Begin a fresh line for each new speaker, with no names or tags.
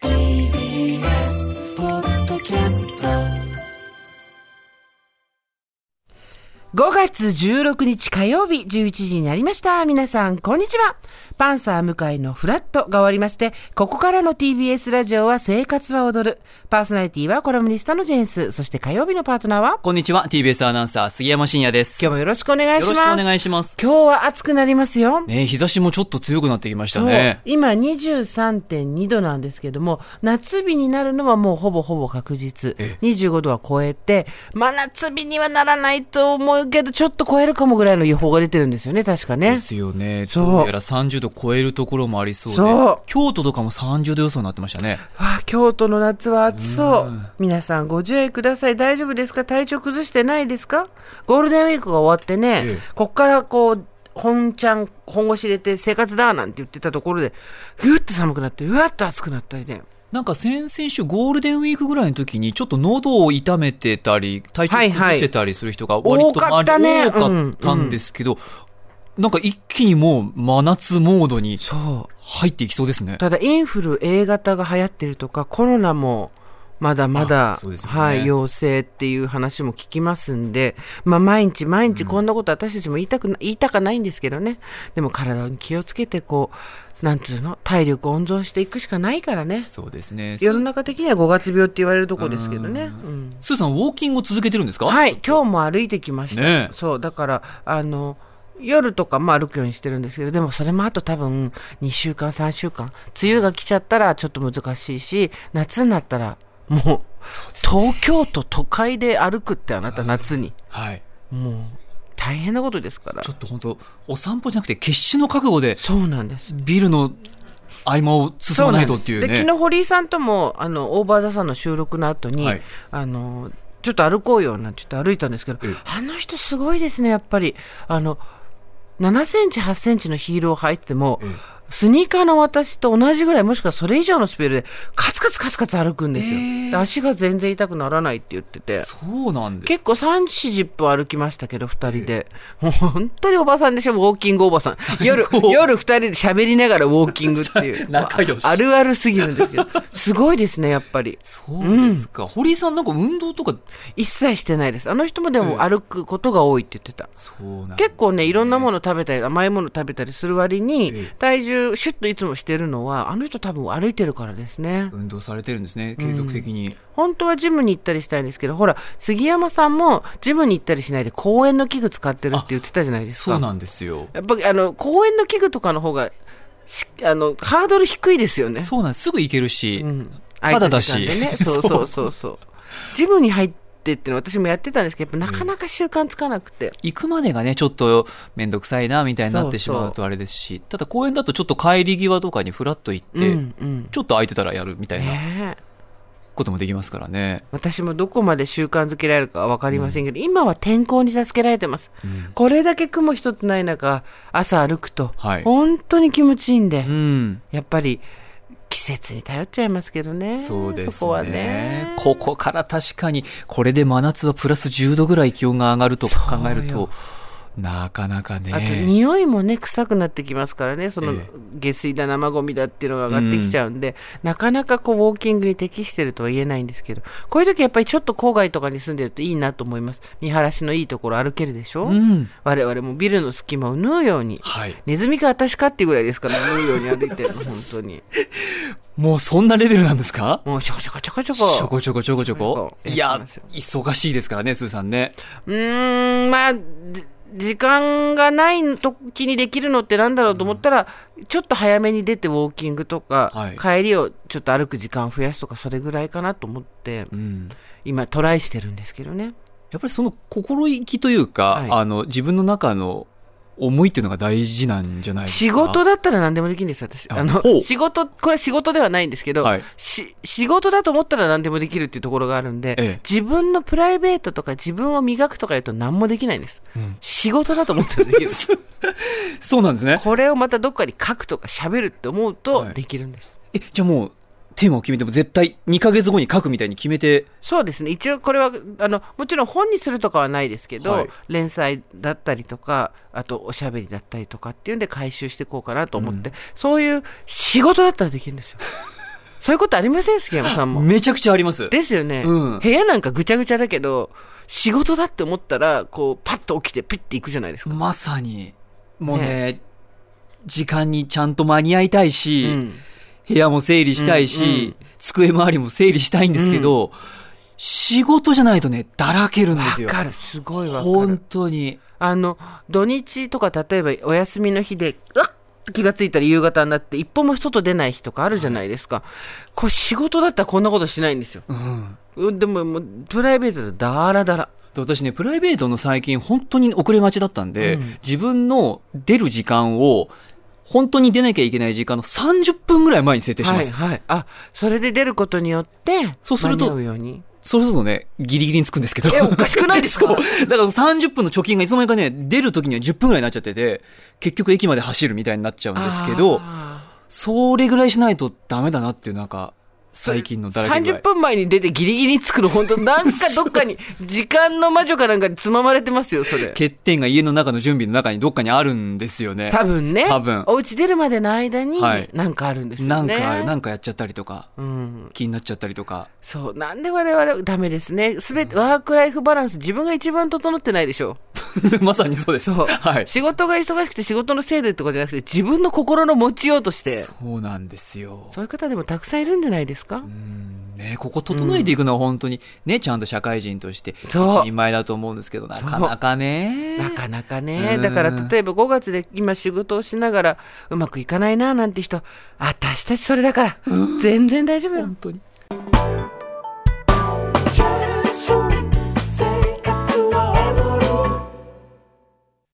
TBS ポッドキャスト
5月16日火曜日11時になりました。皆さん、こんにちは。パンサー向井のフラットが終わりまして、ここからの TBS ラジオは生活は踊る。パーソナリティはコラムニストのジェンス。そして火曜日のパートナーは
こんにちは、TBS アナウンサー、杉山真也です。
今日もよろしくお願いします。
よろしくお願いします
今日は暑くなりますよ。
ね、日差しもちょっと強くなってきました
そう
ね。
今23.2度なんですけども、夏日になるのはもうほぼほぼ確実。25度は超えて、真夏日にはならないと思うけど、ちょっと超えるかもぐらいの予報が出てるんですよね、確かね
で。すよね。
そう
どうやら30度超えるところもありそうで。
そう
京都とかも30度予想になってましたね。
わあ、京都の夏は暑そう。皆さんご自愛ください。大丈夫ですか体調崩してないですかゴールデンウィークが終わってね、
ええ
こっからこう、本ちゃん、本腰入れて生活だなんて言ってたところで、ぎゅって寒くなって、うわっと暑くなったりで。
なんか先々週ゴールデンウィークぐらいの時にちょっと喉を痛めてたり、体調崩してたりする人が割と
はいはい多かったね
周り多かったんですけど、なんか一気にもう真夏モードに
そう。
入っていきそうですね。
ただインフル A 型が流行ってるとかコロナもまだまだ
あ、そうですよね
はい、陽性っていう話も聞きますんで、まあ、毎日毎日こんなこと私たちも言いたくな、言いたかないんですけどねでも体に気をつけてこうなんつうの体力温存していくしかないからね
そうですね。ス
世の中的には5月病って言われるとこですけどね、うん
ーさん、ウォーキングを続けてるんですか
はい、今日も歩いてきました。
ねえ
そう、だから、あの、夜とかも歩くようにしてるんですけど、でもそれもあと多分2週間、3週間。梅雨が来ちゃったらちょっと難しいし、夏になったらもう、東京都都会で歩くってあなた夏に。
はい。
もう、大変なことですから
ち。ょっと本当お散歩じゃなくて決死の覚悟で
そうなんです。
ビルの合間を進
そう
ま
な
なんいと
で
っ
す
ていう
で
ね
昨日堀井さんともあのオーバーザさんの収録の後に、
はい
あのちょっと歩こうよなんて言って歩いたんですけど、
ええ
あの人すごいですねやっぱりあの7センチ8センチのヒールを履いてても、スニーカーの私と同じぐらいもしくはそれ以上のスピードでカツカツカツカツ歩くんですよ、
えー
で足が全然痛くならないって言ってて
そうなんです
結構3、40分歩きましたけど、2人で。もう本当におばさんでしょ、ウォーキングおばさん。夜、夜2人で喋りながらウォーキングって いう。
仲良し
まああるあるすぎるんですけど。すごいですね、やっぱり。
そうですか、堀井さんなんか運動とか
一切してないです。あの人もでも歩くことが多いって言ってた。
そうなん
結構ね、いろんなも
の
の食べたり、甘いもの食べたりする割に
ええ、
体重、シュッといつもしてるのは、あの人多分歩いてるからですね。
運動されてるんですね継続的に、
本当はジムに行ったりしたいんですけど、ほら、杉山さんもジムに行ったりしないで公園の器具使ってるって言ってたじゃないですか。
そうなんですよ
やっぱりあの公園の器具とかの方がしあのハードル低いですよね。
そうなんですすぐ行けるし、
空い
ただだ
時間
し、
で ね、そうそうそうそう。ジムに入ってっての私もやってたんですけど、やっぱなかなか習慣つかなくて。
行くまでがねちょっと面倒くさいなみたいになっ
そうそう
てしまうとあれですしただ公園だとちょっと帰り際とかにフラッと行って、
うんうん。
ちょっと空いてたらやるみたいな
ねえ
こともできますからね、
私もどこまで習慣づけられるかわかりませんけど、今は天候に助けられてます。これだけ雲一つない中、朝歩くと、
はい
本当に気持ちいいんで、
うん
やっぱり季節に頼っちゃいますけどね。
そうですね
そこはね。
ここから確かにこれで真夏はプラス10度ぐらい気温が上がると考える
そうよ
となかなかね
あと匂いもね臭くなってきますからねその
ええ
下水だ生ゴミだっていうのが上がってきちゃうんで、なかなかこうウォーキングに適してるとは言えないんですけどこういう時やっぱりちょっと郊外とかに住んでるといいなと思います見晴らしのいいところ歩けるでしょ、
うん
我々もビルの隙間を縫うように
はい
ネズミか私かっていうぐらいですから縫うように歩いてるの本当に
もうそんなレベルなんですか
もうちょこちょこちょこちょ
ちょ
こ
こちょこちょこちょこ
ええ
い
そう
や
なんですよ
忙しいですからねスーさんね
うーんまあじ時間がない時にできるのってなんだろうと思ったら、ちょっと早めに出てウォーキングとか、
はい
帰りをちょっと歩く時間を増やすとかそれぐらいかなと思って、
うん
今トライしてるんですけどね
やっぱりその心意気というか、
はい
あの自分の中の思いっていうのが大事なんじゃないですか
仕事だったら何でもできるんです、私。
あ
あ
ほう
の、仕事、これ仕事ではないんですけど、
はい
し仕事だと思ったら何でもできるっていうところがあるんで、
ええ
自分のプライベートとか自分を磨くとか言うと何もできないんです。仕事だと思ったらできる。
そうなんですね
これをまたどっかに書くとか喋るって思うと
はい
できるんです。
えじゃあもうテーマを決めても絶対2ヶ月後に書くみたいに決めて
そうですね一応これはあのもちろん本にするとかはないですけど、
はい
連載だったりとかあとおしゃべりだったりとかっていうんで回収していこうかなと思って、そういう仕事だったらできるんですよ そういうことありません杉山さんも
めちゃくちゃあります
ですよね、
うん
部屋なんかぐちゃぐちゃだけど仕事だって思ったらこうパッと起きてピッて行くじゃないですか、
まさにもうね時間にちゃんと間に合いたいし、
うん
部屋も整理したいし、
う
机周りも整理したいんですけど、仕事じゃないとねだらけるんですよ
わかるすごいわかる
本当に
あの土日とか例えばお休みの日でうわっ気がついたら夕方になって一歩も外出ない日とかあるじゃないですか、これ仕事だったらこんなことしないんですよ、うんでももうプライベートでダラダラ
で私ねプライベートの最近本当に遅れがちだったんで、自分の出る時間を本当に出なきゃいけない時間の30分ぐらい前に設定し
は
ま
い
す、
はいあそれで出ることによって
そうすると
間に合うように
それこそねギリギリにつくんですけど
えおかしくないですか
そうだから30分の貯金がいつの間にかね出る時には10分ぐらいになっちゃってて結局駅まで走るみたいになっちゃうんですけど
あ
それぐらいしないとダメだなっていうなんか最近のだ
ー
らけ具合
30分前に出てギリギリ作る本当なん かどっかに時間の魔女かなんかにつままれてますよそれ
欠点が家の中の準備の中にどっかにあるんですよね
多分ね
多分
お家出るまでの間に
はい
なんかあるんですよね、
なんかあるなんかやっちゃったりとか
うん、
気になっちゃったりとか
そうなんで我々ダメですねすべてワークライフバランス自分が一番整ってないでしょ
まさにそうです
そう、
はい
仕事が忙しくて仕事のせいでとかじゃなくて自分の心の持ちようとしてそ
そうなんですよ
ういう方でもたくさんいるんじゃないですか、
ねここ整えていくのは本当にねちゃんと社会人として一
そう
人前だと思うんですけどなかなかね
なかなかね、
うん
だから例えば5月で今仕事をしながらうまくいかないななんて人私たちそれだから全然大丈夫よ
本当に